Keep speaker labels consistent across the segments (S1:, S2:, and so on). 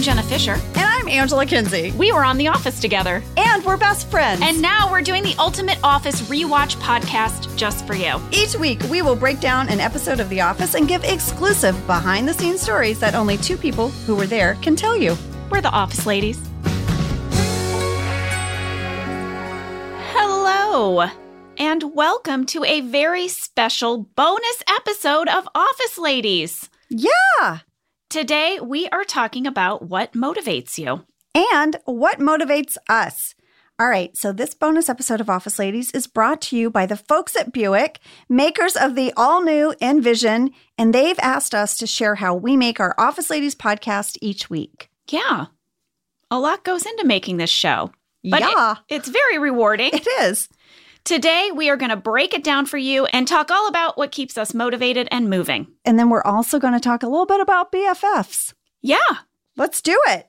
S1: Jenna Fisher.
S2: And I'm Angela Kinsey.
S1: We were on The Office together.
S2: And we're best friends.
S1: And now we're doing the Ultimate Office Rewatch podcast just for you.
S2: each week we will break down an episode of The Office and give exclusive behind the scenes stories that only two people who were there can tell you.
S1: We're the Office Ladies. Hello, and welcome to a very special bonus episode of Office Ladies.
S2: Yeah.
S1: Today, we are talking about what motivates you.
S2: And what motivates us? All right, so this bonus episode of Office Ladies is brought to you by the folks at Buick, makers of the all new Envision, and they've asked us to share how we make our Office Ladies podcast each week.
S1: Yeah, a lot goes into making this show, but it-
S2: yeah,
S1: it's very rewarding.
S2: it is.
S1: Today, we are going to break it down for you and talk all about what keeps us motivated and moving.
S2: And then we're also going to talk a little bit about BFFs.
S1: Yeah,
S2: Let's do it.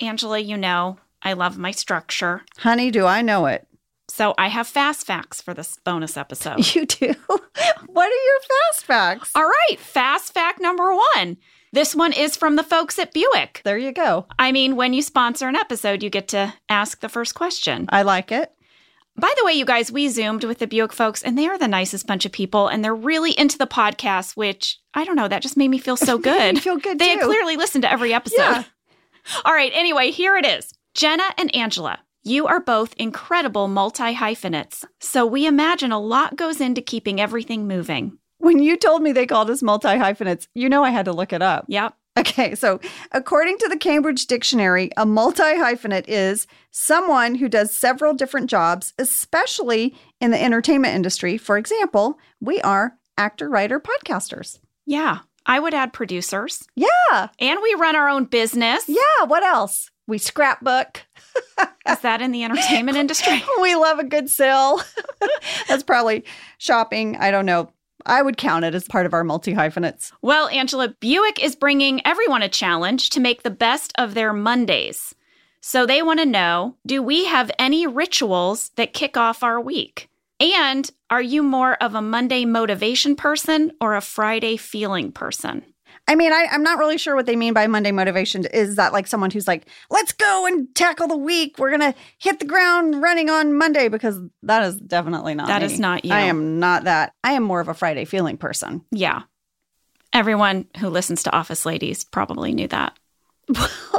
S1: Angela, you know, I love my structure.
S2: Honey, do I know it?
S1: So I have fast facts for this bonus episode.
S2: You do. what are your fast facts?
S1: all right, fast fact number one. This one is from the folks at Buick.
S2: There you go.
S1: I mean, when you sponsor an episode, you get to ask the first question.
S2: I like it.
S1: By the way, you guys, we Zoomed with the Buick folks, and they are the nicest bunch of people, and they're really into the podcast, which I don't know, that just made me feel so good.
S2: You feel good
S1: They
S2: too.
S1: had clearly listened to every episode.
S2: Yeah.
S1: All right. Anyway, here it is. Jenna and Angela, you are both incredible multi hyphenates. So we imagine a lot goes into keeping everything moving.
S2: when you told me they called us multi hyphenates, you know I had to look it up.
S1: Yep.
S2: Okay, so according to the Cambridge Dictionary, a multi hyphenate is someone who does several different jobs, especially in the entertainment industry. For example, we are actor, writer, podcasters.
S1: Yeah. I would add producers.
S2: Yeah,
S1: And we run our own business.
S2: yeah. What else? We scrapbook.
S1: Is that in the entertainment industry?
S2: We love a good sale. That's probably shopping. I don't know. I would count it as part of our multi hyphenates.
S1: Well, Angela, Buick is bringing everyone a challenge to make the best of their Mondays. So they want to know do we have any rituals that kick off our week? And are you more of a Monday motivation person or a Friday feeling person?
S2: I mean, I, I'm not really sure what they mean by Monday motivation. Is that like someone who's like, let's go and tackle the week. We're going to hit the ground running on Monday? Because that is definitely not
S1: That
S2: me.
S1: is not you.
S2: I am not that. I am more of a Friday feeling person.
S1: Yeah. Everyone who listens to Office Ladies probably knew that.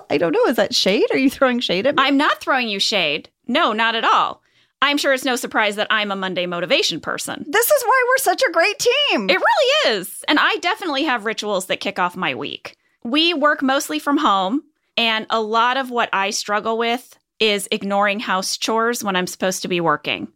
S2: I don't know. Is that shade? Are you throwing shade at me?
S1: I'm not throwing you shade. No, not at all. I'm sure it's no surprise that I'm a Monday motivation person.
S2: this is why we're such a great team.
S1: It really is. And I definitely have rituals that kick off my week. We work mostly from home, and a lot of what I struggle with is ignoring house chores when I'm supposed to be working.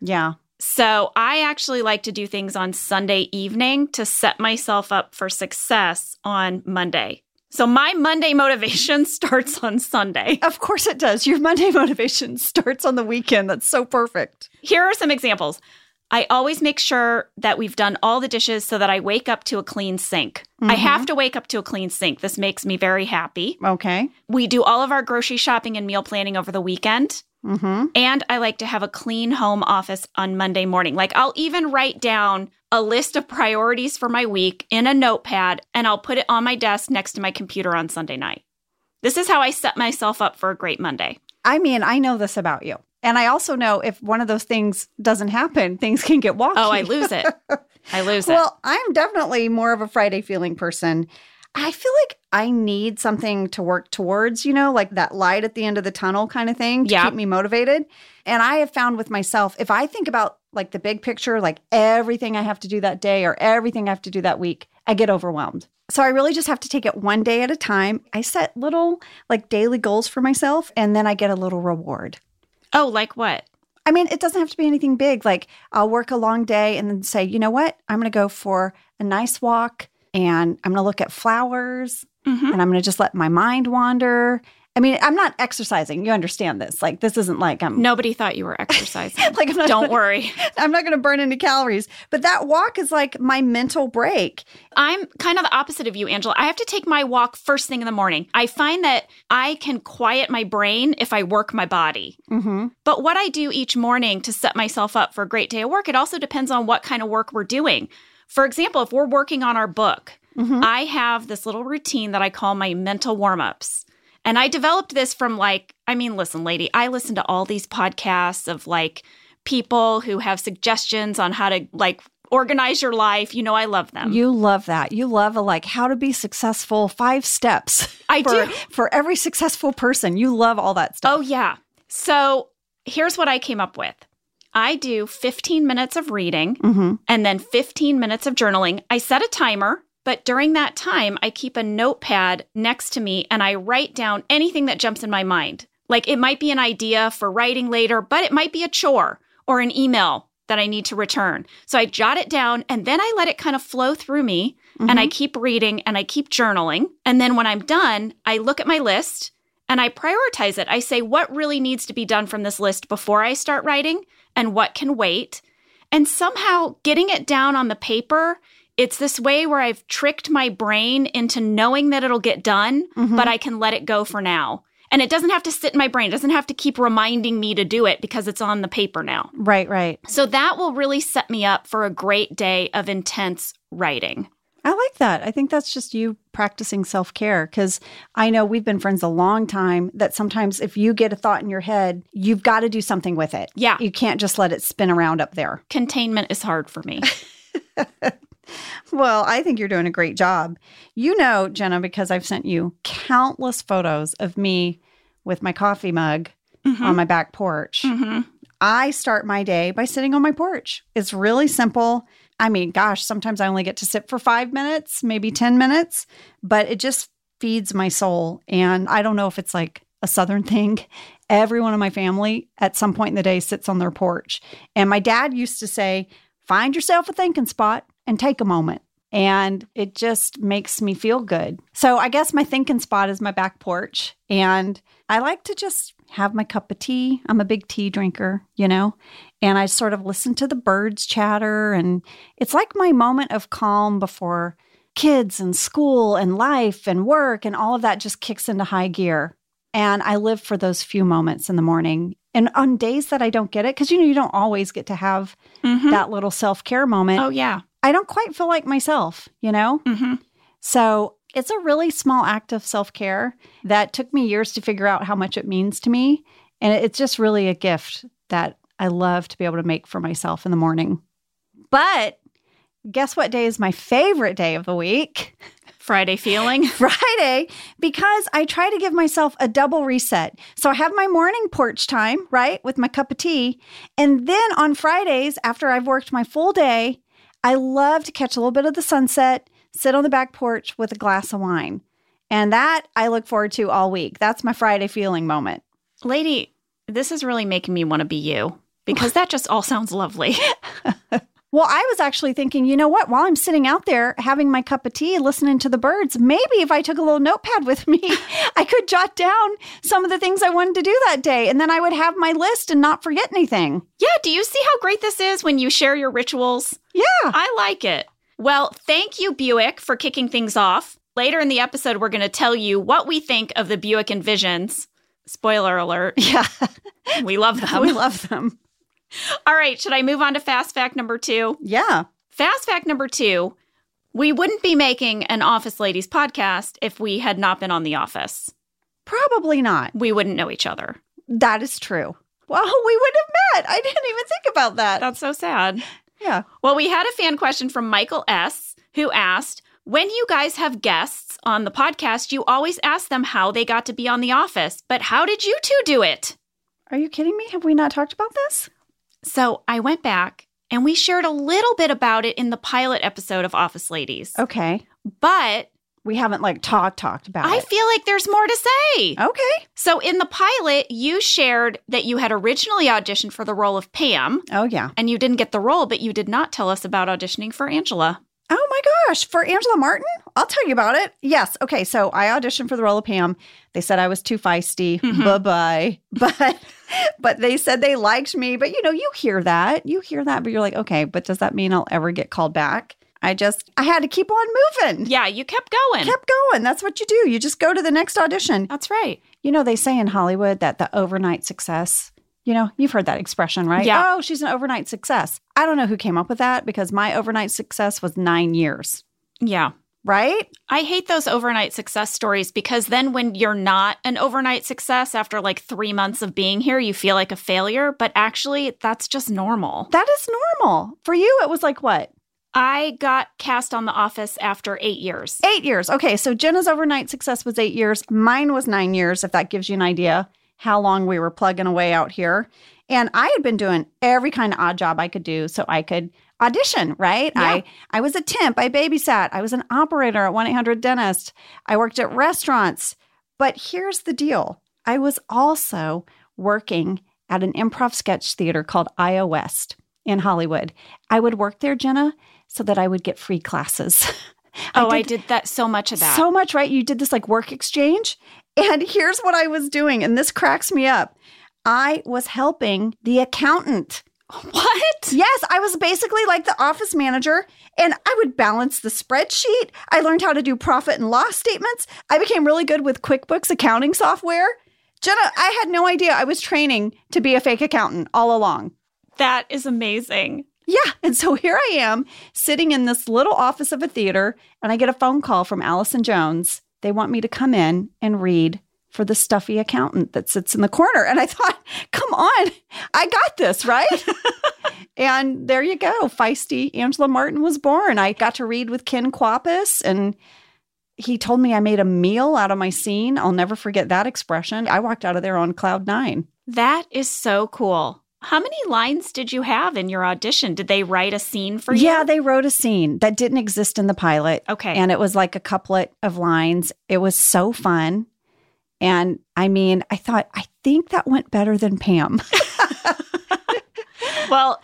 S2: yeah.
S1: So I actually like to do things on Sunday evening to set myself up for success on Monday. So my Monday motivation starts on Sunday.
S2: Of course it does. Your Monday motivation starts on the weekend. That's so perfect.
S1: Here are some examples. I always make sure that we've done all the dishes so that I wake up to a clean sink. I
S2: Mhm.
S1: have to wake up to a clean sink. This makes me very happy.
S2: Okay.
S1: We do all of our grocery shopping and meal planning over the weekend.
S2: Mm-hmm.
S1: And I like to have a clean home office on Monday morning. Like, I'll even write down a list of priorities for my week in a notepad and I'll put it on my desk next to my computer on Sunday night. This is how I set myself up for a great Monday.
S2: I mean, I know this about you. And I also know if one of those things doesn't happen, things can get wonky.
S1: Oh, I lose it. I lose it.
S2: Well, I'm definitely more of a Friday feeling person. I feel like I need something to work towards, you know, like that light at the end of the tunnel kind of thing to
S1: Yeah.
S2: keep me motivated. And I have found with myself, if I think about like the big picture, like everything I have to do that day or everything I have to do that week, I get overwhelmed. So I really just have to take it one day at a time. I set little like daily goals for myself and then I get a little reward.
S1: Oh, like what?
S2: I mean, it doesn't have to be anything big. Like, I'll work a long day and then say, you know what? I'm going to go for a nice walk and I'm going to look at flowers
S1: hmm
S2: and I'm going to just let my mind wander. I mean, I'm not exercising. You understand this. Like, this isn't like I'm.
S1: Nobody thought you were exercising.
S2: Like I'm not
S1: Don't worry.
S2: I'm not going to burn any calories, but that walk is like my mental break.
S1: I'm kind of the opposite of you, Angela. I have to take my walk first thing in the morning. I find that I can quiet my brain if I work my body.
S2: Mm-hmm.
S1: But what I do each morning to set myself up for a great day of work, it also depends on what kind of work we're doing. For example, if we're working on our book,
S2: Mhm.
S1: I have this little routine that I call my mental warm ups. And I developed this from like, I mean, listen, lady, I listen to all these podcasts of like people who have suggestions on how to like organize your life. You know, I love them.
S2: You love that. You love a like how to be successful five steps.
S1: I do.
S2: for, for every successful person. You love all that stuff.
S1: Oh, yeah. So here's what I came up with I do 15 minutes of reading
S2: Mm-hmm.
S1: and then 15 minutes of journaling. I set a timer, but during that time, I keep a notepad next to me and I write down anything that jumps in my mind. Like it might be an idea for writing later, but it might be a chore or an email that I need to return. So I jot it down and then I let it kind of flow through me and I keep reading and I keep journaling. And then when I'm done, I look at my list and I prioritize it. I say what really needs to be done from this list before I start writing and what can wait. And somehow getting it down on the paper, it's this way where I've tricked my brain into knowing that it'll get done, but I can let it go for now. And it doesn't have to sit in my brain, it doesn't have to keep reminding me to do it because it's on the paper now.
S2: right, right.
S1: So that will really set me up for a great day of intense writing.
S2: I like that. I think that's just you practicing self care because I know we've been friends a long time that sometimes if you get a thought in your head, you've got to do something with it.
S1: Yeah.
S2: You can't just let it spin around up there.
S1: Containment is hard for me.
S2: Well, I think you're doing a great job. You know, Jenna, because I've sent you countless photos of me with my coffee mug
S1: Mm-hmm.
S2: on my back porch.
S1: Mhm.
S2: I start my day by sitting on my porch. It's really simple. I mean, gosh, sometimes I only get to sit for five minutes, maybe 10 minutes, but it just feeds my soul. And I don't know if it's like a Southern thing. Everyone in my family at some point in the day sits on their porch. And my dad used to say, find yourself a thinking spot and take a moment. And it just makes me feel good. So I guess my thinking spot is my back porch. And I like to just have my cup of tea. I'm a big tea drinker, you know, and I sort of listen to the birds chatter. And it's like my moment of calm before kids and school and life and work and all of that just kicks into high gear. And I live for those few moments in the morning. And on days that I don't get it, because you know, you don't always get to have
S1: Mhm.
S2: that little self care moment,
S1: Oh, yeah.
S2: I don't quite feel like myself, you know?
S1: Mhm.
S2: So it's a really small act of self care that took me years to figure out how much it means to me. And it- it's just really a gift that I love to be able to make for myself in the morning. But guess what day is my favorite day of the week?
S1: Friday feeling.
S2: Friday, because I try to give myself a double reset. So I have my morning porch time, right, with my cup of tea. And then on Fridays, after I've worked my full day, I love to catch a little bit of the sunset, sit on the back porch with a glass of wine. And that I look forward to all week. That's my Friday feeling moment.
S1: Lady, this is really making me want to be you because that just all sounds lovely.
S2: Well, I was actually thinking, you know what? While I'm sitting out there having my cup of tea, listening to the birds, maybe if I took a little notepad with me, I could jot down some of the things I wanted to do that day. And then I would have my list and not forget anything.
S1: Yeah, do you see how great this is when you share your rituals?
S2: Yeah.
S1: I like it. Well, thank you, Buick, for kicking things off. Later in the episode, we're going to tell you what we think of the Buick Envisions. Spoiler alert,
S2: Yeah.
S1: we love
S2: we
S1: them.
S2: love them.
S1: All right, should I move on to fast fact number two?
S2: Yeah.
S1: Fast fact number two we wouldn't be making an Office Ladies podcast if we had not been on The Office.
S2: Probably not.
S1: We wouldn't know each other.
S2: That is true. Well, we would have met. I didn't even think about that.
S1: That's so sad.
S2: Yeah.
S1: Well, we had a fan question from Michael S., who asked, When you guys have guests on the podcast, you always ask them how they got to be on The Office, but how did you two do it?
S2: Are you kidding me? Have we not talked about this?
S1: So I went back and we shared a little bit about it in the pilot episode of Office Ladies,
S2: Okay.
S1: but
S2: We haven't like talk talked about
S1: I
S2: it. Oh.
S1: feel like there's more to say.
S2: okay.
S1: So in the pilot, you shared that you had originally auditioned for the role of Pam
S2: Oh, yeah.
S1: and you didn't get the role, but you did not tell us about auditioning for Angela.
S2: Oh my gosh, for Angela Martin? I'll tell you about it. Yes. Okay. So I auditioned for the role of Pam. They said I was too feisty.
S1: Mm-hmm.
S2: Bye bye. But but they said they liked me. But you know, you hear that. You hear that, but you're like, okay, but does that mean I'll ever get called back? I just I had to keep on moving.
S1: Yeah, you kept going.
S2: Kept going. That's what you do. You just go to the next audition.
S1: That's right.
S2: You know, they say in Hollywood that the overnight success, you know, you've heard that expression, right?
S1: Yeah.
S2: Oh, she's an overnight success. I don't know who came up with that because my overnight success was nine years.
S1: Yeah.
S2: right?
S1: I hate those overnight success stories because then when you're not an overnight success after like three months of being here, you feel like a failure. But actually, that's just normal.
S2: That is normal. For you, it was like what?
S1: I got cast on The Office after eight years.
S2: Eight years. Okay. So Jenna's overnight success was eight years. Mine was nine years, if that gives you an idea how long we were plugging away out here. And I had been doing every kind of odd job I could do so I could audition, right?
S1: Yeah.
S2: I, I was a temp, I babysat, I was an operator at 1 800 Dentist, I worked at restaurants. But here's the deal I was also working at an improv sketch theater called Iowa West in Hollywood. I would work there, Jenna, so that I would get free classes.
S1: oh, I did that so much of that.
S2: So much, right? You did this like work exchange. And here's what I was doing, and this cracks me up. I was helping the accountant.
S1: what?
S2: Yes, I was basically like the office manager, and I would balance the spreadsheet. I learned how to do profit and loss statements. I became really good with QuickBooks accounting software. Jenna, I had no idea I was training to be a fake accountant all along.
S1: That is amazing.
S2: Yeah. And so here I am sitting in this little office of a theater, and I get a phone call from Allison Jones. They want me to come in and read for the stuffy accountant that sits in the corner. And I thought, come on, I got this, right? and there you go. Feisty Angela Martin was born. I got to read with Ken Quapis, and he told me I made a meal out of my scene. I'll never forget that expression. I walked out of there on cloud nine.
S1: That is so cool. How many lines did you have in your audition? Did they write a scene for you?
S2: Yeah, they wrote a scene that didn't exist in the pilot.
S1: Okay.
S2: And it was like a couplet of lines. It was so fun. And I mean, I thought, I think that went better than Pam.
S1: well,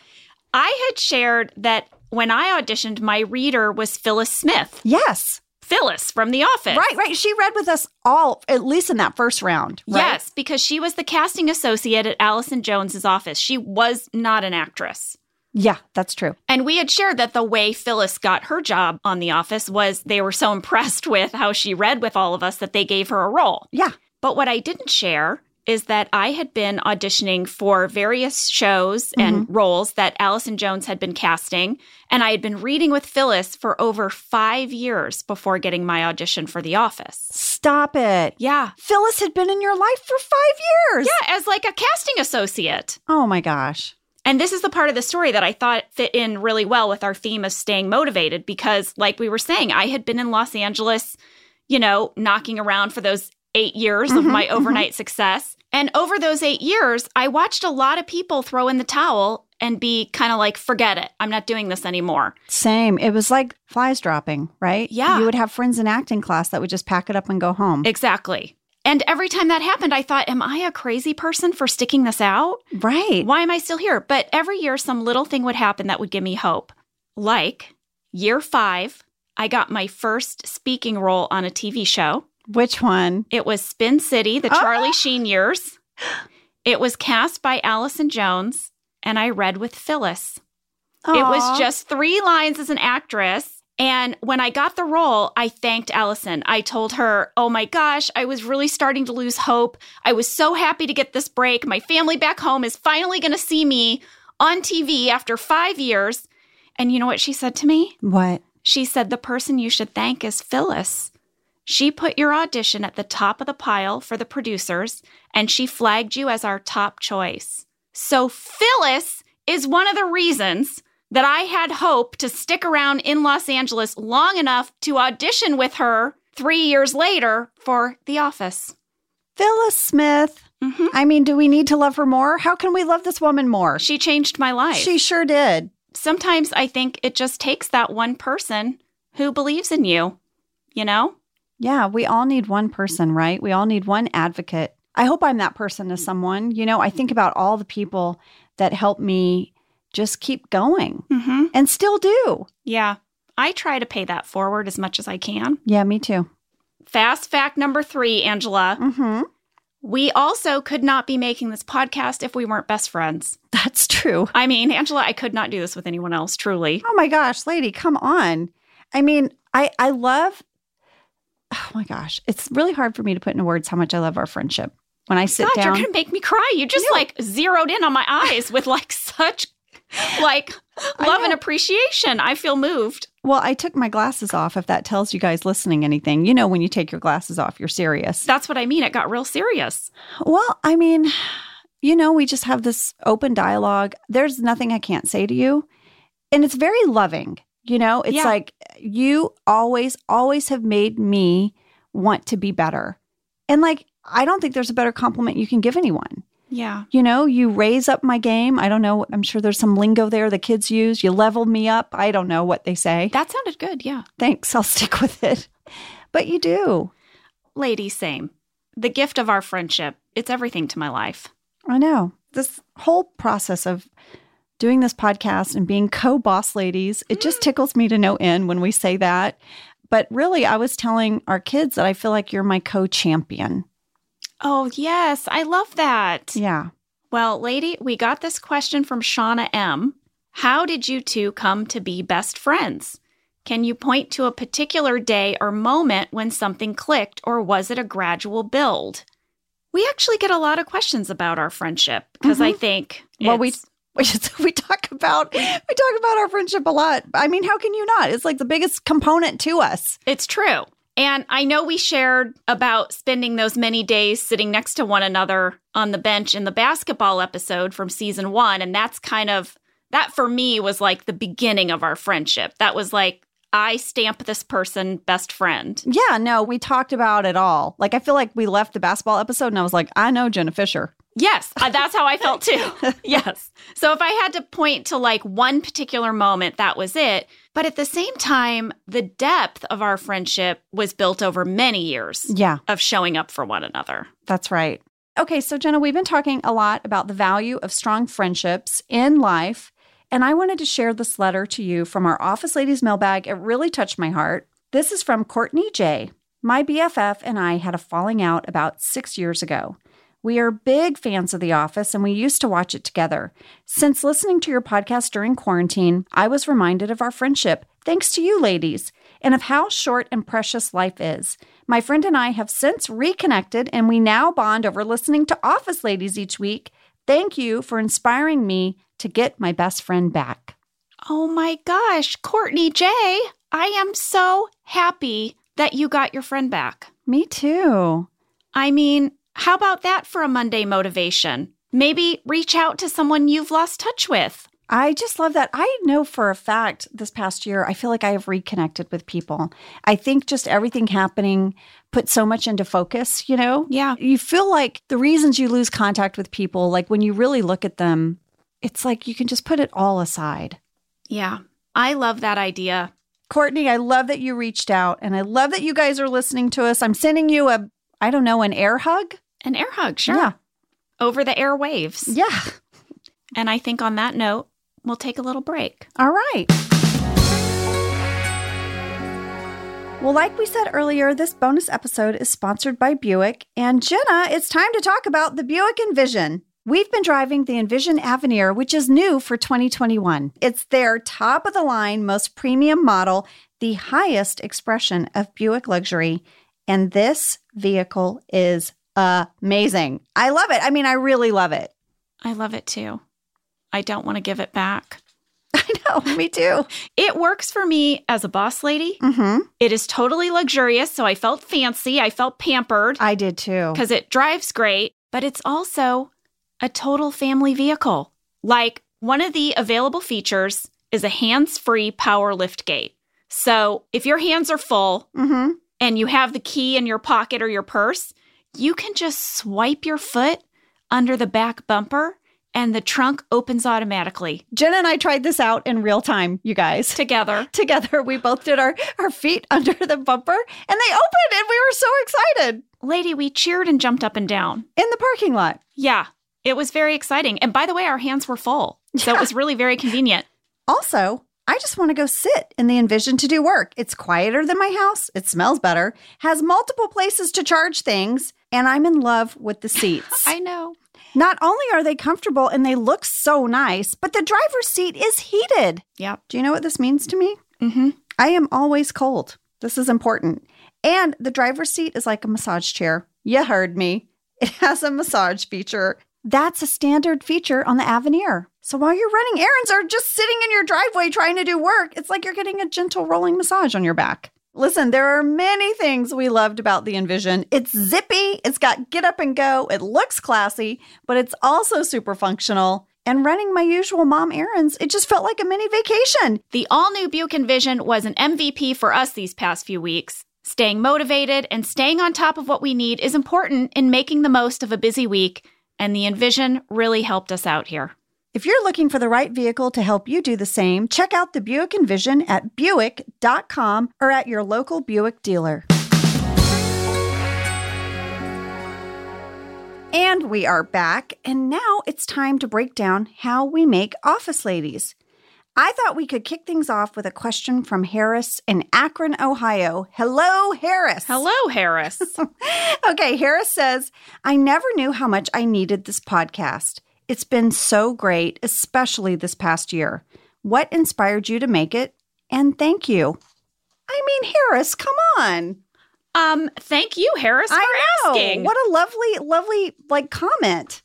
S1: I had shared that when I auditioned, my reader was Phyllis Smith,
S2: yes.
S1: Phyllis from The Office.
S2: Right, right. She read with us all, at least in that first round. Right?
S1: Yes, because she was the casting associate at Allison Jones's office. She was not an actress.
S2: Yeah, that's true.
S1: And we had shared that the way Phyllis got her job on The Office was they were so impressed with how she read with all of us that they gave her a role.
S2: Yeah.
S1: But what I didn't share is that I had been auditioning for various shows and roles that Allison Jones had been casting, and I had been reading with Phyllis for over five years before getting my audition for The Office.
S2: Stop it.
S1: Yeah.
S2: Phyllis had been in your life for five years.
S1: Yeah, as like a casting associate.
S2: Oh my gosh.
S1: And this is the part of the story that I thought fit in really well with our theme of staying motivated because, like we were saying, I had been in Los Angeles, you know, knocking around for those eight years of
S2: Mhm,
S1: my
S2: mhm.
S1: overnight success. And over those eight years, I watched a lot of people throw in the towel and be kind of like, forget it. I'm not doing this anymore.
S2: Same. It was like flies dropping, right?
S1: Yeah.
S2: You would have friends in acting class that would just pack it up and go home.
S1: Exactly. And every time that happened, I thought, am I a crazy person for sticking this out?
S2: right.
S1: Why am I still here? But every year, some little thing would happen that would give me hope. Like year five, I got my first speaking role on a TV show.
S2: Which one?
S1: It was Spin City, the
S2: Oh!
S1: Charlie Sheen years. It was cast by Allison Jones, and I read with Phyllis. It
S2: Aw.
S1: was just three lines as an actress. And when I got the role, I thanked Allison. I told her, Oh my gosh, I was really starting to lose hope. I was so happy to get this break. My family back home is finally going to see me on TV after five years. And you know what she said to me?
S2: what?
S1: She said, The person you should thank is Phyllis. She put your audition at the top of the pile for the producers, and she flagged you as our top choice. So, Phyllis is one of the reasons that I had hope to stick around in Los Angeles long enough to audition with her three years later for The Office.
S2: Phyllis Smith.
S1: hmm
S2: I mean, do we need to love her more? How can we love this woman more?
S1: She changed my life.
S2: She sure did.
S1: Sometimes I think it just takes that one person who believes in you, you know?
S2: Yeah, we all need one person, right? We all need one advocate. I hope I'm that person to someone. You know, I think about all the people that helped me just keep going
S1: Mm-hmm.
S2: and still do.
S1: Yeah. I try to pay that forward as much as I can.
S2: Yeah, me too.
S1: Fast fact number three, Angela.
S2: Mm-hmm.
S1: We also could not be making this podcast if we weren't best friends.
S2: That's true.
S1: I mean, Angela, I could not do this with anyone else, truly.
S2: Oh my gosh, lady, come on. I mean, I I love Oh my gosh, it's really hard for me to put into words how much I love our friendship. When I sit
S1: God, you're
S2: down,
S1: going to make me cry. You just like zeroed in on my eyes with like such like
S2: I
S1: love and
S2: know.
S1: appreciation. I feel moved.
S2: Well, I took my glasses off. If that tells you guys listening anything, you know, when you take your glasses off, you're serious.
S1: That's what I mean. It got real serious.
S2: Well, I mean, you know, we just have this open dialogue. There's nothing I can't say to you. And it's very loving. You know, it's
S1: Yeah.
S2: like you always, always have made me want to be better. And like, I don't think there's a better compliment you can give anyone.
S1: Yeah.
S2: You know, you raise up my game. I don't know. I'm sure there's some lingo there the kids use. You level me up. I don't know what they say.
S1: That sounded good. Yeah.
S2: Thanks. I'll stick with it. But you do.
S1: Lady, same. The gift of our friendship. It's everything to my life.
S2: I know. This whole process of doing this podcast and being co boss ladies, it just tickles me to no end when we say that. But really, I was telling our kids that I feel like you're my co champion.
S1: Oh, yes. I love that.
S2: Yeah.
S1: Well, lady, we got this question from Shauna M. How did you two come to be best friends? Can you point to a particular day or moment when something clicked, or was it a gradual build? We actually get a lot of questions about our friendship because I think
S2: Mm-hmm. Well, we-
S1: it's-
S2: We, just, we talk about we talk about our friendship a lot. I mean, how can you not? It's like the biggest component to us.
S1: It's true. And I know we shared about spending those many days sitting next to one another on the bench in the basketball episode from season one. And that's kind of, that for me was like the beginning of our friendship. That was like, I stamp this person best friend.
S2: Yeah, no, we talked about it all. Like I feel like we left the basketball episode and I was like, I know Jenna Fisher.
S1: Yes, uh, that's how I felt too. yes. So if I had to point to like one particular moment, that was it. But at the same time, the depth of our friendship was built over many years
S2: Yeah.
S1: of showing up for one another.
S2: That's right. Okay, so Jenna, we've been talking a lot about the value of strong friendships in life, and I wanted to share this letter to you from our office ladies mailbag. It really touched my heart. This is from Courtney J. My BFF and I had a falling out about 6 years ago. We are big fans of The Office and we used to watch it together. Since listening to your podcast during quarantine, I was reminded of our friendship, thanks to you ladies, and of how short and precious life is. My friend and I have since reconnected and we now bond over listening to Office Ladies each week. Thank you for inspiring me to get my best friend back.
S1: Oh my gosh, Courtney J, I am so happy that you got your friend back.
S2: Me too.
S1: I mean, how about that for a Monday motivation? Maybe reach out to someone you've lost touch with.
S2: I just love that. I know for a fact this past year, I feel like I have reconnected with people. I think just everything happening put so much into focus, you know?
S1: Yeah.
S2: You feel like the reasons you lose contact with people, like when you really look at them, it's like you can just put it all aside.
S1: Yeah. I love that idea.
S2: Courtney, I love that you reached out and I love that you guys are listening to us. I'm sending you a, I don't know, an air hug.
S1: An air hug, sure.
S2: Yeah.
S1: Over the airwaves.
S2: Yeah.
S1: And I think on that note, we'll take a little break.
S2: All right. Well, like we said earlier, this bonus episode is sponsored by Buick. And Jenna, it's time to talk about the Buick Envision. We've been driving the Envision Avenir, which is new for 2021. It's their top of the line, most premium model, the highest expression of Buick luxury. And this vehicle is amazing. I love it. I mean, I really love it.
S1: I love it too. I don't want to give it back.
S2: I know, me too.
S1: It works for me as a boss lady.
S2: hmm
S1: It is totally luxurious, so I felt fancy. I felt pampered.
S2: I did too.
S1: because it drives great, but it's also a total family vehicle. Like one of the available features is a hands free power lift gate. So if your hands are full
S2: Mm-hmm.
S1: and you have the key in your pocket or your purse, you can just swipe your foot under the back bumper and the trunk opens automatically.
S2: Jenna and I tried this out in real time, you guys.
S1: Together.
S2: Together, we both did our, our feet under the bumper and they opened, and we were so excited
S1: Lady, we cheered and jumped up and down.
S2: in the parking lot.
S1: Yeah, it was very exciting. And by the way, our hands were full. So it was really very convenient.
S2: Also, I just want to go sit in the Envision to do work. It's quieter than my house, it smells better, has multiple places to charge things, and I'm in love with the seats.
S1: I know.
S2: Not only are they comfortable and they look so nice, but the driver's seat is heated.
S1: Yep.
S2: Do you know what this means to me?
S1: Mm-hmm.
S2: I am always cold. This is important. And the driver's seat is like a massage chair. You heard me. It has a massage feature. That's a standard feature on the Avenir. So while you're running errands or just sitting in your driveway trying to do work, it's like you're getting a gentle rolling massage on your back. Listen, there are many things we loved about the Envision. It's zippy, it's got get up and go, it looks classy, but it's also super functional. And running my usual mom errands, it just felt like a mini vacation.
S1: The all new Buick Envision was an MVP for us these past few weeks. Staying motivated and staying on top of what we need is important in making the most of a busy week, and the Envision really helped us out here.
S2: If you're looking for the right vehicle to help you do the same, check out the Buick Envision at buick.com or at your local Buick dealer. And we are back, and now it's time to break down how we make office ladies. I thought we could kick things off with a question from Harris in Akron, Ohio. Hello, Harris.
S1: Hello, Harris.
S2: okay, Harris says, I never knew how much I needed this podcast. It's been so great, especially this past year. What inspired you to make it? And thank you. I mean, Harris, come on.
S1: Um, thank you, Harris, for
S2: I know.
S1: asking.
S2: What a lovely, lovely like comment.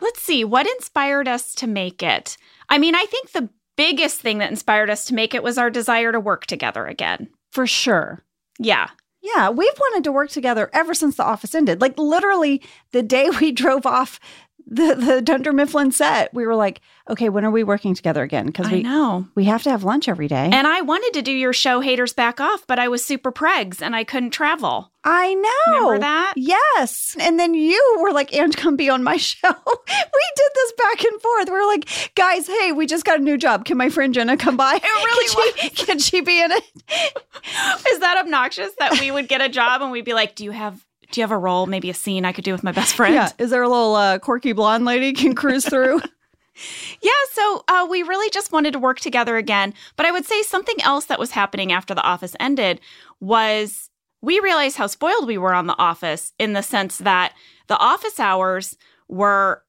S1: Let's see, what inspired us to make it? I mean, I think the biggest thing that inspired us to make it was our desire to work together again.
S2: For sure.
S1: Yeah.
S2: Yeah, we've wanted to work together ever since the office ended. Like literally the day we drove off the, the Dunder Mifflin set, we were like, okay, when are we working together again? Because
S1: I
S2: we
S1: know.
S2: we have to have lunch every day.
S1: And I wanted to do your show Haters Back Off, but I was super pregs and I couldn't travel.
S2: I know.
S1: Remember that?
S2: Yes. And then you were like, and come be on my show. we did this back and forth. We were like, guys, hey, we just got a new job. Can my friend Jenna come by? It
S1: really
S2: can she, can she be in it?
S1: Is that obnoxious that we would get a job and we'd be like, "Do you have do you have a role, maybe a scene I could do with my best friend?"
S2: Yeah. Is there a little uh, quirky blonde lady can cruise through?
S1: Yeah, so uh, we really just wanted to work together again. But I would say something else that was happening after The Office ended was we realized how spoiled we were on The Office in the sense that the office hours were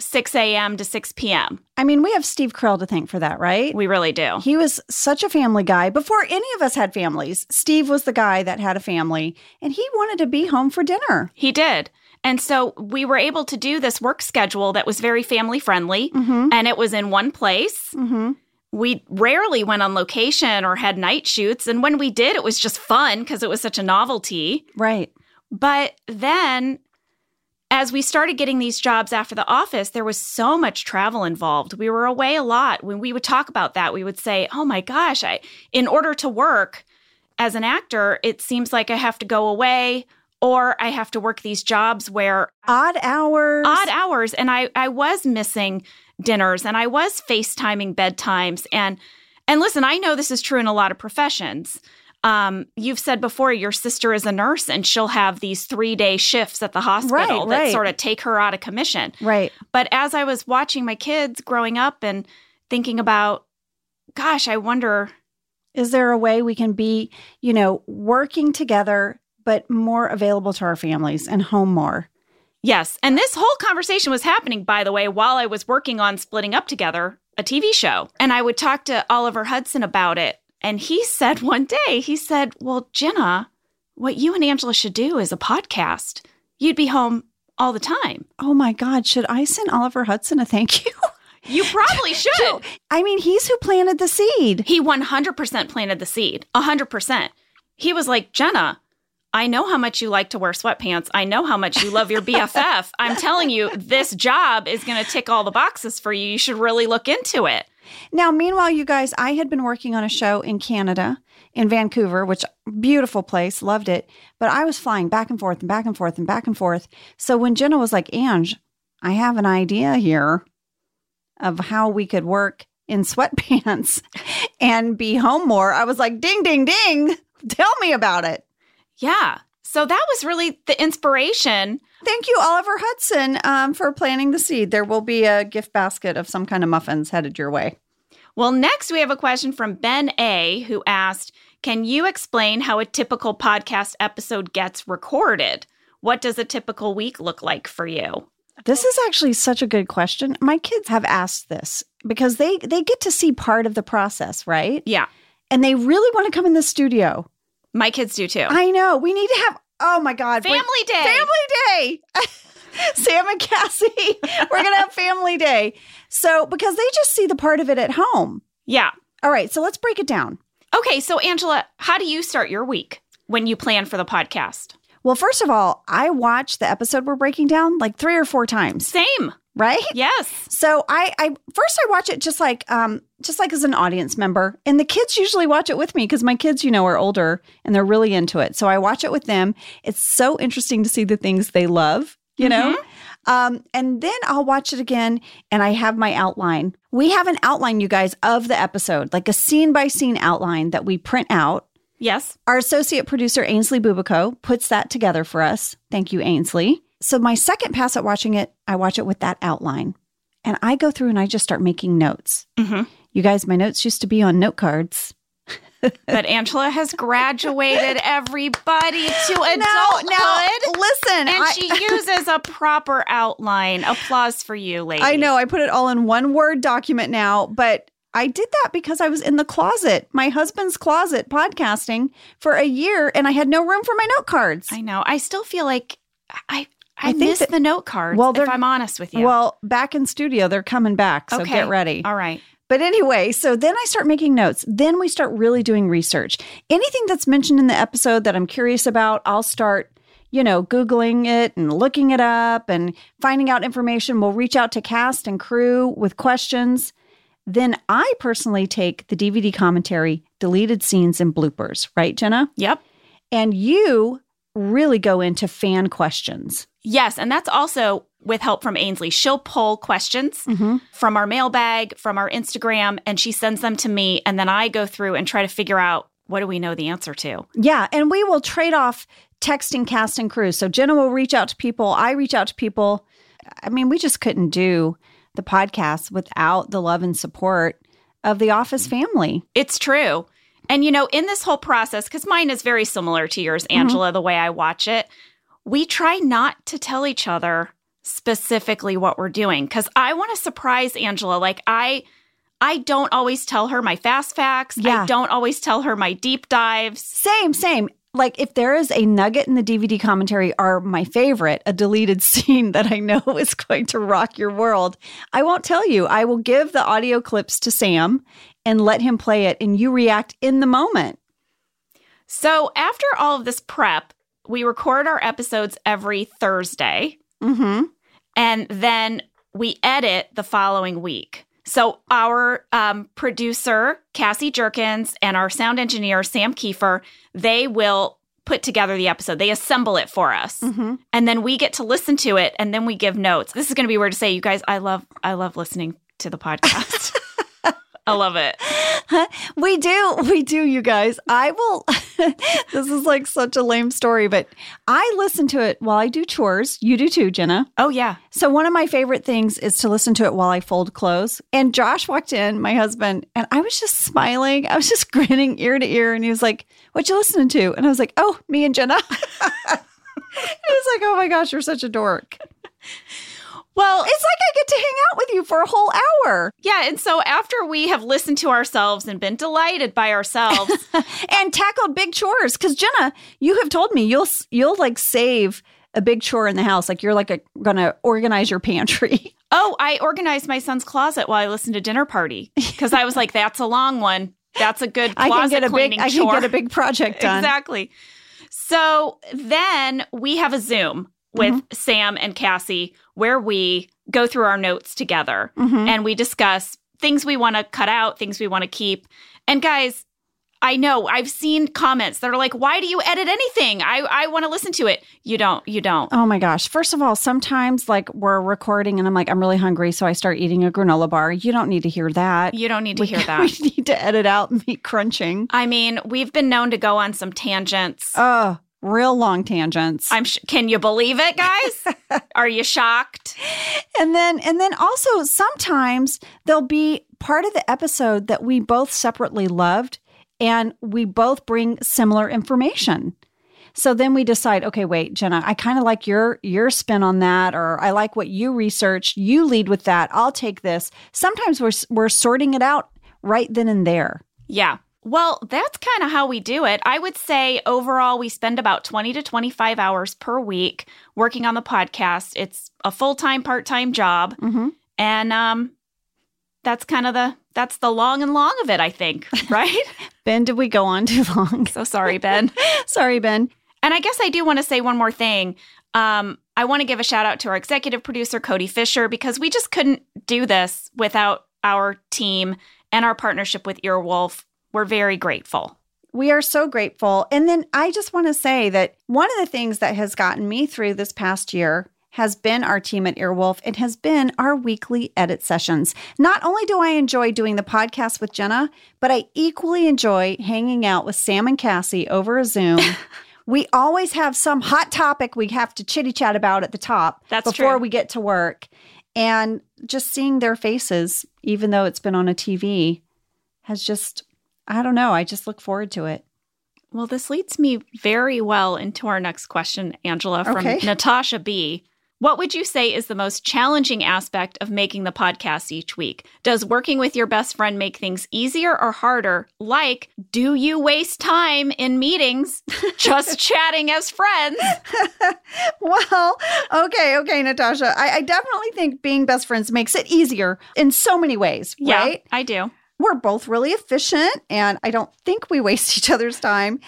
S1: 6 a.m. to 6 p.m.
S2: I mean, we have Steve Carell to thank for that, right?
S1: We really do.
S2: He was such a family guy. Before any of us had families, Steve was the guy that had a family and he wanted to be home for dinner.
S1: He did. And so we were able to do this work schedule that was very family friendly
S2: Mm-hmm.
S1: and it was in one place.
S2: Mm-hmm.
S1: We rarely went on location or had night shoots. And when we did, it was just fun because it was such a novelty.
S2: Right.
S1: But then, as we started getting these jobs after the office, there was so much travel involved. We were away a lot. When we would talk about that, we would say, "Oh my gosh, I in order to work as an actor, it seems like I have to go away or I have to work these jobs where
S2: Odd hours.
S1: odd hours and I I was missing dinners and I was FaceTiming bedtimes and and listen, I know this is true in a lot of professions. Um, you've said before your sister is a nurse and she'll have these three day shifts at the hospital
S2: Right,
S1: that
S2: right.
S1: sort of take her out of commission.
S2: Right.
S1: But as I was watching my kids growing up and thinking about, gosh, I wonder,
S2: Is there a way we can be, you know, working together, but more available to our families and home more?
S1: yes. And this whole conversation was happening, by the way, while I was working on splitting up together a TV show. And I would talk to Oliver Hudson about it. And he said one day, he said, Well, Jenna, what you and Angela should do is a podcast. You'd be home all the time.
S2: Oh my God, should I send Oliver Hudson a thank you?
S1: You probably should.
S2: I mean, he's who planted the seed.
S1: He 100% planted the seed. 100%. He was like, Jenna, I know how much you like to wear sweatpants. I know how much you love your BFF. I'm telling you, this job is going to tick all the boxes for you. You should really look into it.
S2: Now, meanwhile, you guys, I had been working on a show in Canada, in Vancouver, which beautiful place, loved it. But I was flying back and forth and back and forth and back and forth. So when Jenna was like, Ange, I have an idea here of how we could work in sweatpants and be home more, I was like, ding, ding, ding, tell me about it.
S1: Yeah. So that was really the inspiration.
S2: Thank you, Oliver Hudson, um, for planting the seed. There will be a gift basket of some kind of muffins headed your way.
S1: Well, next we have a question from Ben A, who asked Can you explain how a typical podcast episode gets recorded? What does a typical week look like for you?
S2: This is actually such a good question. My kids have asked this because they they get to see part of the process, right?
S1: Yeah.
S2: And they really want to come in the studio.
S1: My kids do too.
S2: I know. We need to have Oh my god. we-
S1: Family day.
S2: Family day. Sam and Cassie, we're going to have family day. So, because they just see the part of it at home.
S1: Yeah.
S2: All right. So, let's break it down.
S1: Okay. So, Angela, how do you start your week when you plan for the podcast?
S2: Well, first of all, I watched the episode we're breaking down like three or four times,
S1: Same.
S2: right?
S1: Yes.
S2: So I, I first I watch it just like um just like as an audience member, and the kids usually watch it with me because my kids, you know, are older and they're really into it. So I watch it with them. It's so interesting to see the things they love, you know. Um, and then I'll watch it again, and I have my outline. We have an outline, you guys, of the episode, like a scene by scene outline that we print out.
S1: Yes.
S2: Our associate producer, Ainsley Bubico, puts that together for us. Thank you, Ainsley. So, my second pass at watching it, I watch it with that outline. And I go through and I just start making notes.
S1: Mhm.
S2: You guys, my notes used to be on note cards.
S1: But Angela has graduated everybody to adulthood.
S2: listen.
S1: And
S2: I,
S1: she uses a proper outline. Applause for you, lady.
S2: I know I put it all in one word document now, but I did that because I was in the closet, my husband's closet, podcasting for a year, and I had no room for my note cards.
S1: I know. I still feel like I I,
S2: I think
S1: miss
S2: that-
S1: the note cards.
S2: Well,
S1: if
S2: they're-
S1: I'm honest with you.
S2: Well, back in studio, they're coming back, so
S1: Okay.
S2: get ready.
S1: all right.
S2: But anyway, so then I start making notes. Then we start really doing research. Anything that's mentioned in the episode that I'm curious about, I'll start, you know, Googling it and looking it up and finding out information. We'll reach out to cast and crew with questions. Then I personally take the DVD commentary, deleted scenes, and bloopers, right, Jenna?
S1: Yep.
S2: And you really go into fan questions.
S1: Yes, and that's also with help from Ainsley. She'll pull questions from our mailbag, from our Instagram, and she sends them to me. And then I go through and try to figure out what do we know the answer to.
S2: Yeah, and we will trade off texting cast and crew. So Jenna will reach out to people, I reach out to people. I mean, we just couldn't do the podcast without the love and support of the office family.
S1: It's true. And you know, in this whole process, because mine is very similar to yours, Angela, the way I watch it, we try not to tell each other specifically what we're doing. Cause I want to surprise Angela. Like I I don't always tell her my fast facts. I
S2: Yeah.
S1: don't always tell her my deep dives.
S2: Same, same. Like if there is a nugget in the DVD commentary or my favorite, a deleted scene that I know is going to rock your world, I won't tell you. I will give the audio clips to Sam and let him play it and you react in the moment.
S1: So after all of this prep, we record our episodes every Thursday.
S2: Mhm.
S1: and then we edit the following week. So our um, producer Cassie Jerkins and our sound engineer Sam Kiefer, they will put together the episode. They assemble it for us,
S2: Mhm.
S1: and then we get to listen to it, and then we give notes. This is going to be weird to say, you guys. I love, I love listening to the podcast. I love it.
S2: We do. We do, you guys. I will. this is like such a lame story, but I listen to it while I do chores. You do too, Jenna.
S1: Oh yeah,
S2: So, one of my favorite things is to listen to it while I fold clothes. And Josh walked in, my husband, and I was just smiling. I was just grinning ear to ear. And he was like, What you listening to? And I was like, Oh, me and Jenna. he was like, Oh my gosh, you're such a dork.
S1: well,
S2: It's like I get to hang out with you for a whole hour
S1: yeah. And so after we have listened to ourselves and been delighted by ourselves,
S2: and tackled big chores because jenna you have told me you'll you'll like save a big chore in the house like you're like a, gonna organize your pantry
S1: Oh, I organized my son's closet while I listened to Dinner Party because I was like, "That's a long one. That's a good
S2: i
S1: closet
S2: can get a big
S1: cleaning
S2: i can
S1: chore."
S2: get a big project done
S1: exactly. So then we have a Zoom with
S2: Mm-hmm.
S1: Sam and Cassie where we go through our notes together
S2: Mhm.
S1: and we discuss things we want to cut out, things we want to keep. And guys, I know I've seen comments that are like, "Why do you edit anything? I I want to listen to it." You don't. You don't.
S2: Oh my gosh. First of all, sometimes like we're recording and I'm like, I'm really hungry. So I start eating a granola bar. You don't need to hear that.
S1: You don't need to
S2: we,
S1: hear that.
S2: We need to edit out me crunching.
S1: I mean, we've been known to go on some tangents.
S2: Oh, real long tangents.
S1: I'm sh- can you believe it, guys? Are you shocked?
S2: And then and then also sometimes there'll be part of the episode that we both separately loved and we both bring similar information. So then we decide, okay, wait, Jenna, I kind of like your your spin on that or I like what you researched. You lead with that. I'll take this. Sometimes we're s- we're sorting it out right then and there.
S1: Yeah. Well, that's kind of how we do it. I would say overall, we spend about 20 to 25 hours per week working on the podcast. It's a full time, part time job.
S2: Mm-hmm.
S1: And um, that's kind of the that's the long and long of it i think right
S2: Ben, did we go on too long?
S1: so sorry ben
S2: Sorry, Ben.
S1: And I guess I do want to say one more thing. Um, I want to give a shout out to our executive producer, Cody Fisher, because we just couldn't do this without our team and our partnership with Earwolf. We're very grateful.
S2: We are so grateful. And then I just want to say that one of the things that has gotten me through this past year has been our team at Earwolf. It has been our weekly edit sessions. Not only do I enjoy doing the podcast with Jenna, but I equally enjoy hanging out with Sam and Cassie over a Zoom. we always have some hot topic we have to chitty chat about at the top
S1: That's
S2: before
S1: true.
S2: we get to work. And just seeing their faces, even though it's been on a TV, has just, I don't know, I just look forward to it.
S1: Well, this leads me very well into our next question, Angela, from
S2: Okay.
S1: Natasha B. What would you say is the most challenging aspect of making the podcast each week? Does working with your best friend make things easier or harder? Like, do you waste time in meetings just chatting as friends?
S2: Well, okay, okay, Natasha. I, I definitely think being best friends makes it easier in so many ways, right?
S1: I do.
S2: We're both really efficient and I don't think we waste each other's time.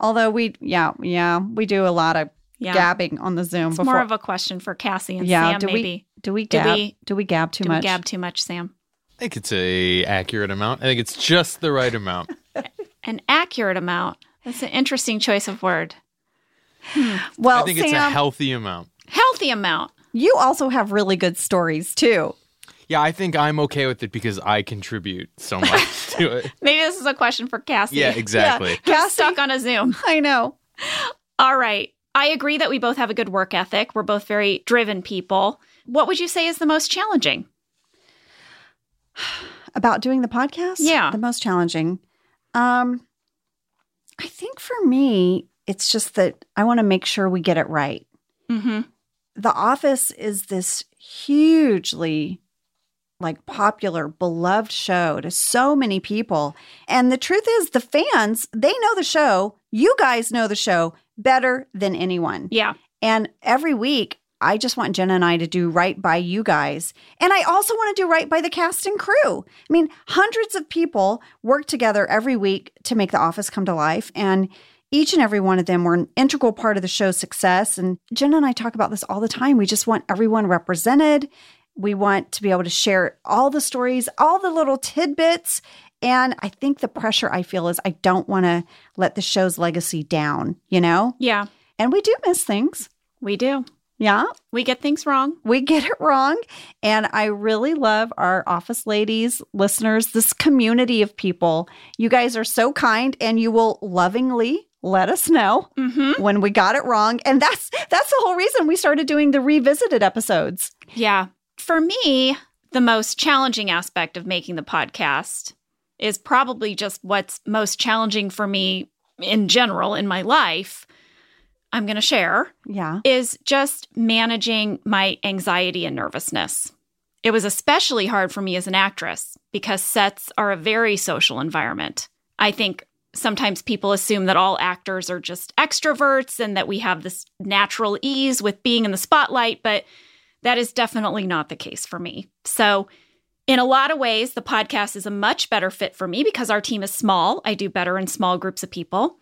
S2: Although we, yeah, yeah, we do a lot of
S1: Yeah.
S2: gabbing on the Zoom
S1: It's
S2: before.
S1: more of a question for Cassie and
S2: Yeah,
S1: Sam,
S2: do we
S1: maybe.
S2: do we
S1: do
S2: gab? Do we,
S1: we-
S2: gab too
S1: do
S2: much?
S1: we gab too much, Sam?
S3: I think it's a accurate amount. I think it's just the right amount.
S1: An accurate amount. That's an interesting choice of word.
S2: Well,
S3: I think
S2: Sam,
S3: it's a healthy amount.
S1: Healthy amount.
S2: you also have really good stories too.
S3: Yeah, I think I'm okay with it because I contribute so much to it.
S1: Maybe this is a question for Cassie.
S3: Yeah, exactly.
S1: Cassie.
S2: Cassie,
S1: Stuck on a Zoom.
S2: I know.
S1: All right. I agree that we both have a good work ethic. We're both very driven people. What would you say is the most challenging?
S2: about doing the podcast
S1: Yeah.
S2: the most challenging um i think for me it's just that i want to make sure we get it right
S1: Mm-hmm.
S2: the office is this hugely like popular beloved show to so many people and the truth is the fans they know the show you guys know the show better than anyone
S1: Yeah.
S2: and every week, I just want Jenna and I to do right by you guys. And I also want to do right by the cast and crew. I mean, hundreds of people work together every week to make The Office come to life. And each and every one of them were an integral part of the show's success. And Jenna and I talk about this all the time. We just want everyone represented. We want to be able to share all the stories, all the little tidbits. And I think the pressure I feel is I don't want to let the show's legacy down, you know?
S1: Yeah.
S2: And we do miss things.
S1: We do.
S2: Yeah,
S1: We get things wrong.
S2: we get it wrong. And I really love our office ladies, listeners, this community of people. You guys are so kind and you will lovingly let us know
S1: Mm-hmm.
S2: when we got it wrong. And that's that's the whole reason we started doing the revisited episodes.
S1: Yeah. For me, the most challenging aspect of making the podcast is probably just what's most challenging for me in general in my life. I'm going to share.
S2: Yeah.
S1: is just managing my anxiety and nervousness. It was especially hard for me as an actress because sets are a very social environment. I think sometimes people assume that all actors are just extroverts and that we have this natural ease with being in the spotlight, but that is definitely not the case for me. So, in a lot of ways, the podcast is a much better fit for me because our team is small. I do better in small groups of people.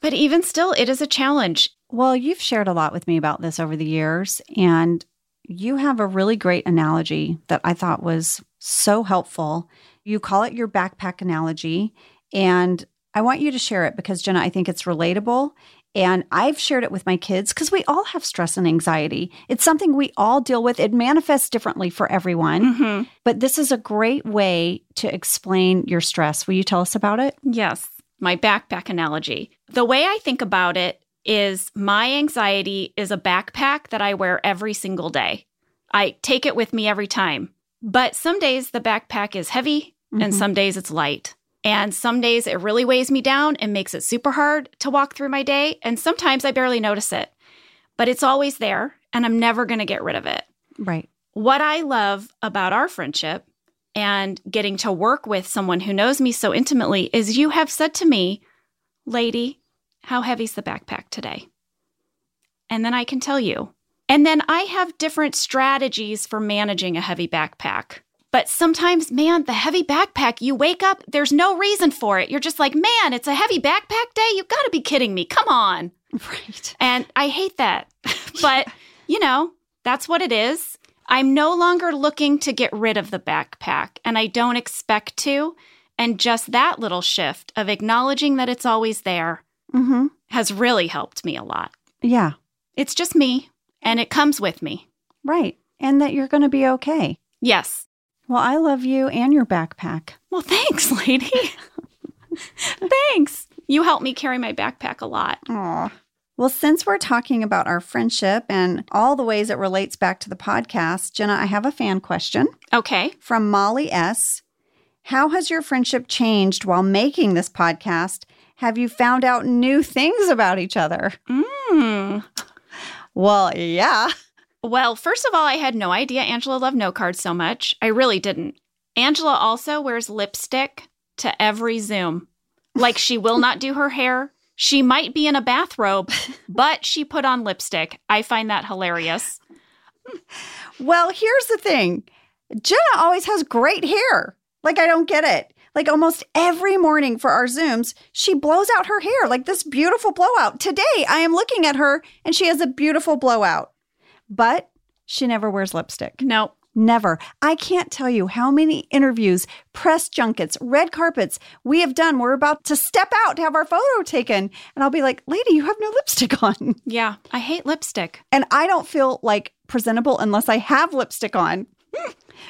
S1: But even still, it is a challenge.
S2: Well, you've shared a lot with me about this over the years, and you have a really great analogy that I thought was so helpful. You call it your backpack analogy, and I want you to share it because, Jenna, I think it's relatable. And I've shared it with my kids because we all have stress and anxiety. It's something we all deal with. It manifests differently for everyone,
S1: Mm-hmm.
S2: but this is a great way to explain your stress. Will you tell us about it?
S1: Yes, my backpack analogy. The way I think about it is my anxiety is a backpack that I wear every single day. I take it with me every time. But some days the backpack is heavy and
S2: Mhm.
S1: some days it's light. And some days it really weighs me down and makes it super hard to walk through my day. And sometimes I barely notice it, but it's always there and I'm never going to get rid of it
S2: Right.
S1: what I love about our friendship and getting to work with someone who knows me so intimately is you have said to me, Lady, how heavy's the backpack today? And then I can tell you. And then I have different strategies for managing a heavy backpack. But sometimes, man, the heavy backpack, you wake up, there's no reason for it. You're just like, man, it's a heavy backpack day. You gotta be kidding me. Come on.
S2: Right.
S1: And I hate that. but, you know, that's what it is. I'm no longer looking to get rid of the backpack, and I don't expect to. And just that little shift of acknowledging that it's always there
S2: Mm-hmm.
S1: has really helped me a lot.
S2: Yeah.
S1: It's just me, and it comes with me.
S2: Right. And that you're going to be okay.
S1: Yes.
S2: Well, I love you and your backpack.
S1: Well, thanks, lady. thanks. You help me carry my backpack a lot.
S2: Aw. Well, since we're talking about our friendship and all the ways it relates back to the podcast, Jenna, I have a fan question
S1: Okay.
S2: from Molly S. How has your friendship changed while making this podcast? Have you found out new things about each other?
S1: Mm.
S2: Well, yeah.
S1: Well, first of all, I had no idea Angela loved no cards so much. I really didn't. Angela also wears lipstick to every Zoom. Like she will not do her hair. She might be in a bathrobe, but she put on lipstick. I find that hilarious.
S2: Well, here's the thing Jenna always has great hair. Like, I don't get it. Like, almost every morning for our Zooms, she blows out her hair, like this beautiful blowout. Today, I am looking at her and she has a beautiful blowout, but she never wears lipstick.
S1: No.
S2: Never. I can't tell you how many interviews, press junkets, red carpets we have done. We're about to step out to have our photo taken. And I'll be like, lady, you have no lipstick on.
S1: Yeah, I hate lipstick.
S2: And I don't feel like presentable unless I have lipstick on,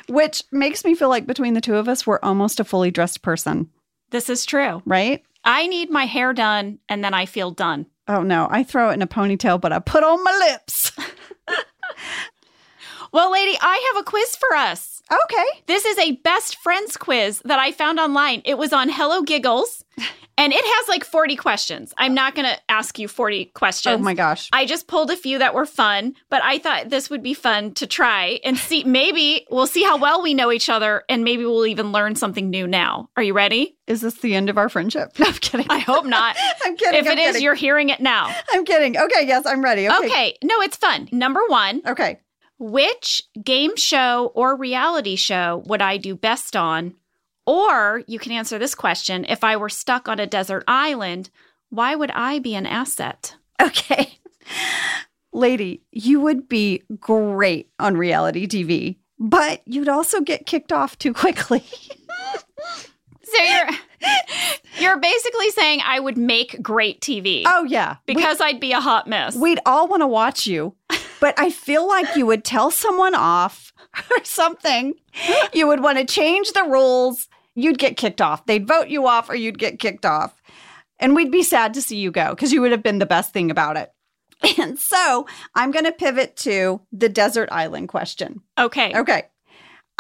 S2: which makes me feel like between the two of us, we're almost a fully dressed person,
S1: This is true.
S2: right?
S1: I need my hair done and then I feel done.
S2: Oh no, I throw it in a ponytail, but I put on my lips.
S1: Well, lady, I have a quiz for us.
S2: Okay. Oh
S1: This is a best friends quiz that I found online. It was on Hello Giggles and it has like 40 questions. I'm not going to ask you 40 questions.
S2: Oh my gosh.
S1: I just pulled a few that were fun, but I thought this would be fun to try and see. Maybe we'll see how well we know each other and maybe we'll even learn something new now. Are you ready?
S2: Is this the end of our friendship? No, I'm kidding.
S1: I hope not.
S2: I'm kidding.
S1: if
S2: I'm
S1: it
S2: kidding.
S1: is, you're hearing it now.
S2: I'm kidding. Okay, yes, I'm ready. Okay.
S1: Okay. No, it's fun. Number one,
S2: Okay.
S1: which game show or reality show would I do best on? Or you can answer this question if I were stuck on a desert island, why would I be an asset?
S2: Okay. Lady, you would be great on reality TV, but you'd also get kicked off too quickly.
S1: So you're you're basically saying I would make great TV
S2: Oh, yeah. We-
S1: because I'd be a hot mess.
S2: We'd all want to watch you, but I feel like you would tell someone off or something. You would want to change the rules. You'd get kicked off. They'd vote you off or you'd get kicked off. And we'd be sad to see you go because you would have been the best thing about it. And so I'm going to pivot to the desert island question.
S1: okay.
S2: Okay.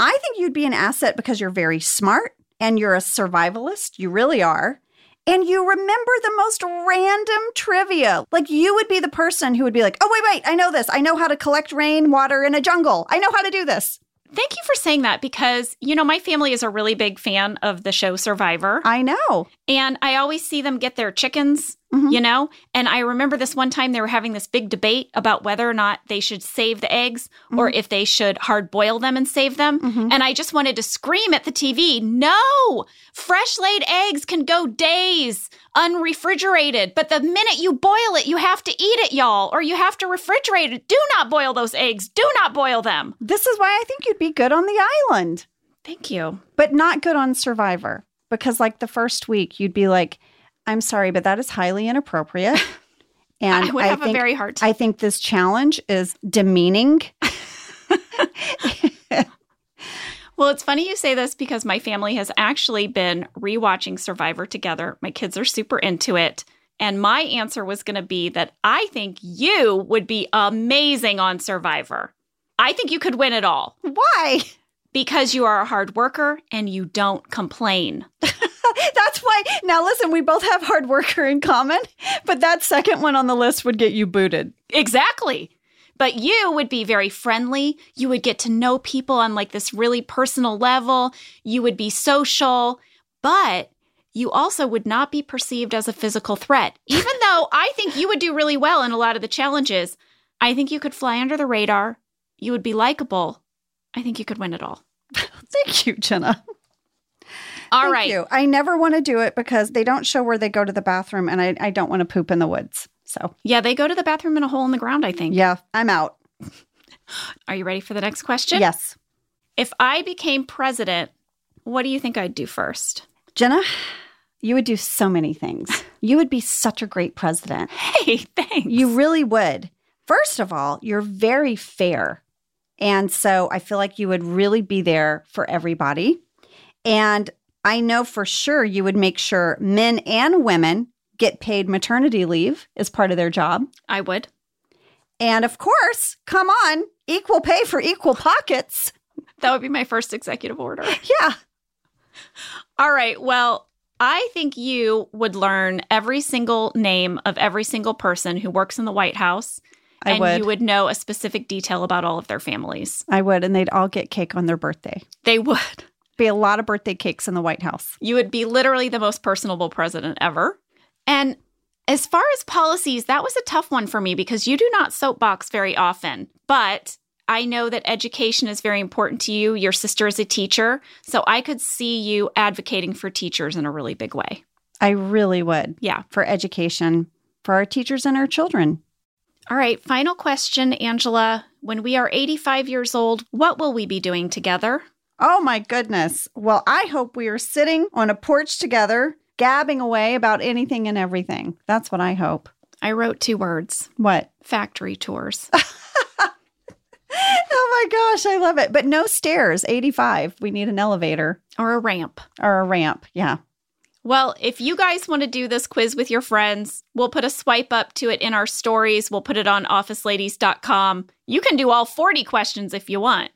S2: I think you'd be an asset because you're very smart and you're a survivalist. You really are. And you remember the most random trivia. Like you would be the person who would be like, oh, wait, wait, I know this. I know how to collect rainwater in a jungle. I know how to do this.
S1: Thank you for saying that because you know my family is a really big fan of the show Survivor.
S2: I know.
S1: And I always see them get their chickens,
S2: Mhm.
S1: you know? And I remember this one time they were having this big debate about whether or not they should save the eggs or
S2: Mm-hmm.
S1: if they should hard boil them and save them.
S2: Mhm.
S1: And I just wanted to scream at the TV no, fresh laid eggs can go days unrefrigerated. But the minute you boil it, you have to eat it, y'all, or you have to refrigerate it. Do not boil those eggs. Do not boil them.
S2: This is why I think you'd be good on the island,
S1: Thank you.
S2: but not good on Survivor. Because, like, the first week, you'd be like, I'm sorry, but that is highly inappropriate. And
S1: I would have
S2: think
S1: a very hard time.
S2: I think this challenge is demeaning.
S1: Well, it's funny you say this because my family has actually been rewatching Survivor together. My kids are super into it. And my answer was going to be that I think you would be amazing on Survivor. I think you could win it all
S2: Why?
S1: because you are a hard worker and you don't complain.
S2: That's why. Now, listen, we both have hard worker in common, but that second one on the list would get you booted.
S1: Exactly. But you would be very friendly. You would get to know people on like this really personal level. You would be social, but you also would not be perceived as a physical threat. Even though I think you would do really well in a lot of the challenges, I think you could fly under the radar. You would be likable. I think you could win it all.
S2: Thank you, Jenna.
S1: All
S2: Thank
S1: right.
S2: you. I never want to do it because they don't show where they go to the bathroom and I, I don't want to poop in the woods. So,
S1: Yeah, they go to the bathroom in a hole in the ground, I think.
S2: yeah, I'm out.
S1: Are you ready for the next question?
S2: Yes.
S1: If I became president, what do you think I'd do first?
S2: Jenna, you would do so many things. You would be such a great president.
S1: Hey, thanks.
S2: You really would. First of all, you're very fair. And so I feel like you would really be there for everybody. And I know for sure you would make sure men and women get paid maternity leave as part of their job.
S1: I would.
S2: And of course, come on, equal pay for equal pockets.
S1: That would be my first executive order.
S2: Yeah.
S1: All right. Well, I think you would learn every single name of every single person who works in the White House.
S2: I
S1: and
S2: would.
S1: you would know a specific detail about all of their families.
S2: I would. And they'd all get cake on their birthday.
S1: They would.
S2: Be a lot of birthday cakes in the White House.
S1: You would be literally the most personable president ever. And as far as policies, that was a tough one for me because you do not soapbox very often. But I know that education is very important to you. Your sister is a teacher. So I could see you advocating for teachers in a really big way.
S2: I really would.
S1: Yeah.
S2: For education, for our teachers and our children.
S1: All right, final question, Angela. When we are 85 years old, what will we be doing together?
S2: Oh my goodness. Well, I hope we are sitting on a porch together, gabbing away about anything and everything. That's what I hope.
S1: I wrote two words
S2: What?
S1: factory tours.
S2: Oh my gosh, I love it. But no stairs, 85. We need an elevator
S1: or a ramp.
S2: or a ramp. Yeah.
S1: Well, if you guys want to do this quiz with your friends, we'll put a swipe up to it in our stories. We'll put it on officeladies.com. You can do all 40 questions if you want.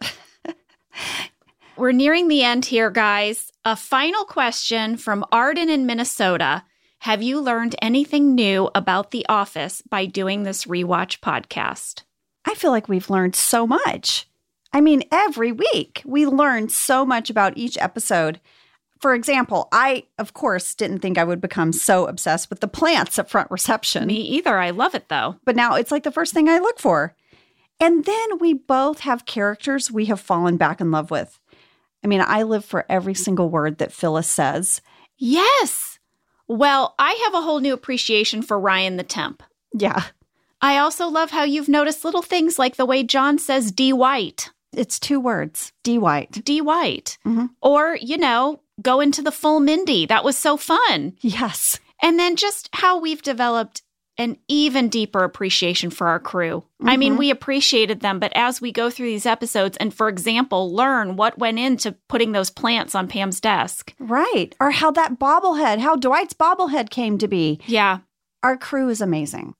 S1: We're nearing the end here, guys. A final question from Arden in Minnesota. Have you learned anything new about The Office by doing this rewatch podcast?
S2: I feel like we've learned so much. I mean, every week we learn so much about each episode. For example, I, of course, didn't think I would become so obsessed with the plants at front reception.
S1: Me either. I love it though.
S2: but now it's like the first thing I look for. And then we both have characters we have fallen back in love with. I mean, I live for every single word that Phyllis says.
S1: Yes. Well, I have a whole new appreciation for Ryan the Temp.
S2: Yeah,
S1: I also love how you've noticed little things like the way John says D White,
S2: it's two words D White.
S1: D White.
S2: Mhm.
S1: Or, you know, go into the full Mindy. That was so fun.
S2: Yes.
S1: And then just how we've developed an even deeper appreciation for our crew. I mean,
S2: Mhm.
S1: we appreciated them, but as we go through these episodes and, for example, learn what went into putting those plants on Pam's desk.
S2: Right. Or how that bobblehead, how Dwight's bobblehead came to be.
S1: Yeah.
S2: Our crew is amazing.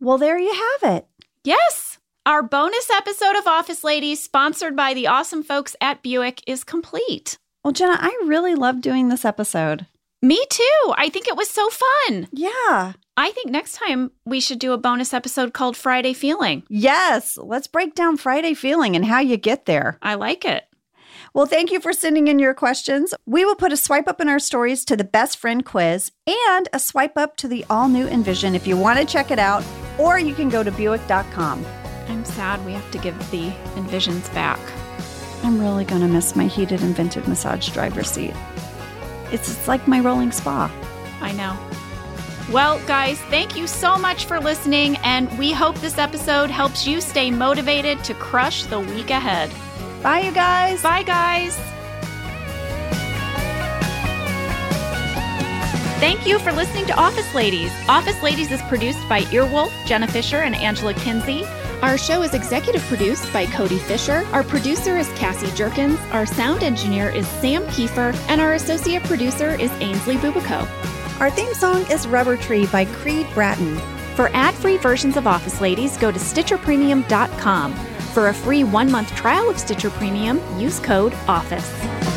S2: Well, there you have it.
S1: Yes. Our bonus episode of Office Ladies, sponsored by the awesome folks at Buick, is complete.
S2: Well, Jenna, I really love doing this episode.
S1: Me too. I think it was so fun.
S2: Yeah.
S1: I think next time we should do a bonus episode called Friday Feeling.
S2: Yes. Let's break down Friday feeling and how you get there.
S1: I like it.
S2: Well, thank you for sending in your questions. We will put a swipe up in our stories to the best friend quiz and a swipe up to the all new Envision if you want to check it out, or you can go to Buick.com.
S1: I'm sad we have to give the envisions back.
S2: I'm really going to miss my heated and vented massage driver seat. It's, it's like my rolling spa.
S1: I know. Well, guys, thank you so much for listening, and we hope this episode helps you stay motivated to crush the week ahead.
S2: Bye, you guys.
S1: Bye, guys. Thank you for listening to Office Ladies. Office Ladies is produced by Earwolf, Jenna Fisher, and Angela Kinsey. Our show is executive produced by Cody Fisher. Our producer is Cassie Jerkins. Our sound engineer is Sam Kiefer. And our associate producer is Ainsley Bubico.
S2: Our theme song is Rubber Tree by Creed Bratton.
S1: For ad free versions of Office Ladies, go to StitcherPremium.com. For a free one month trial of Stitcher Premium, use code OFFICE.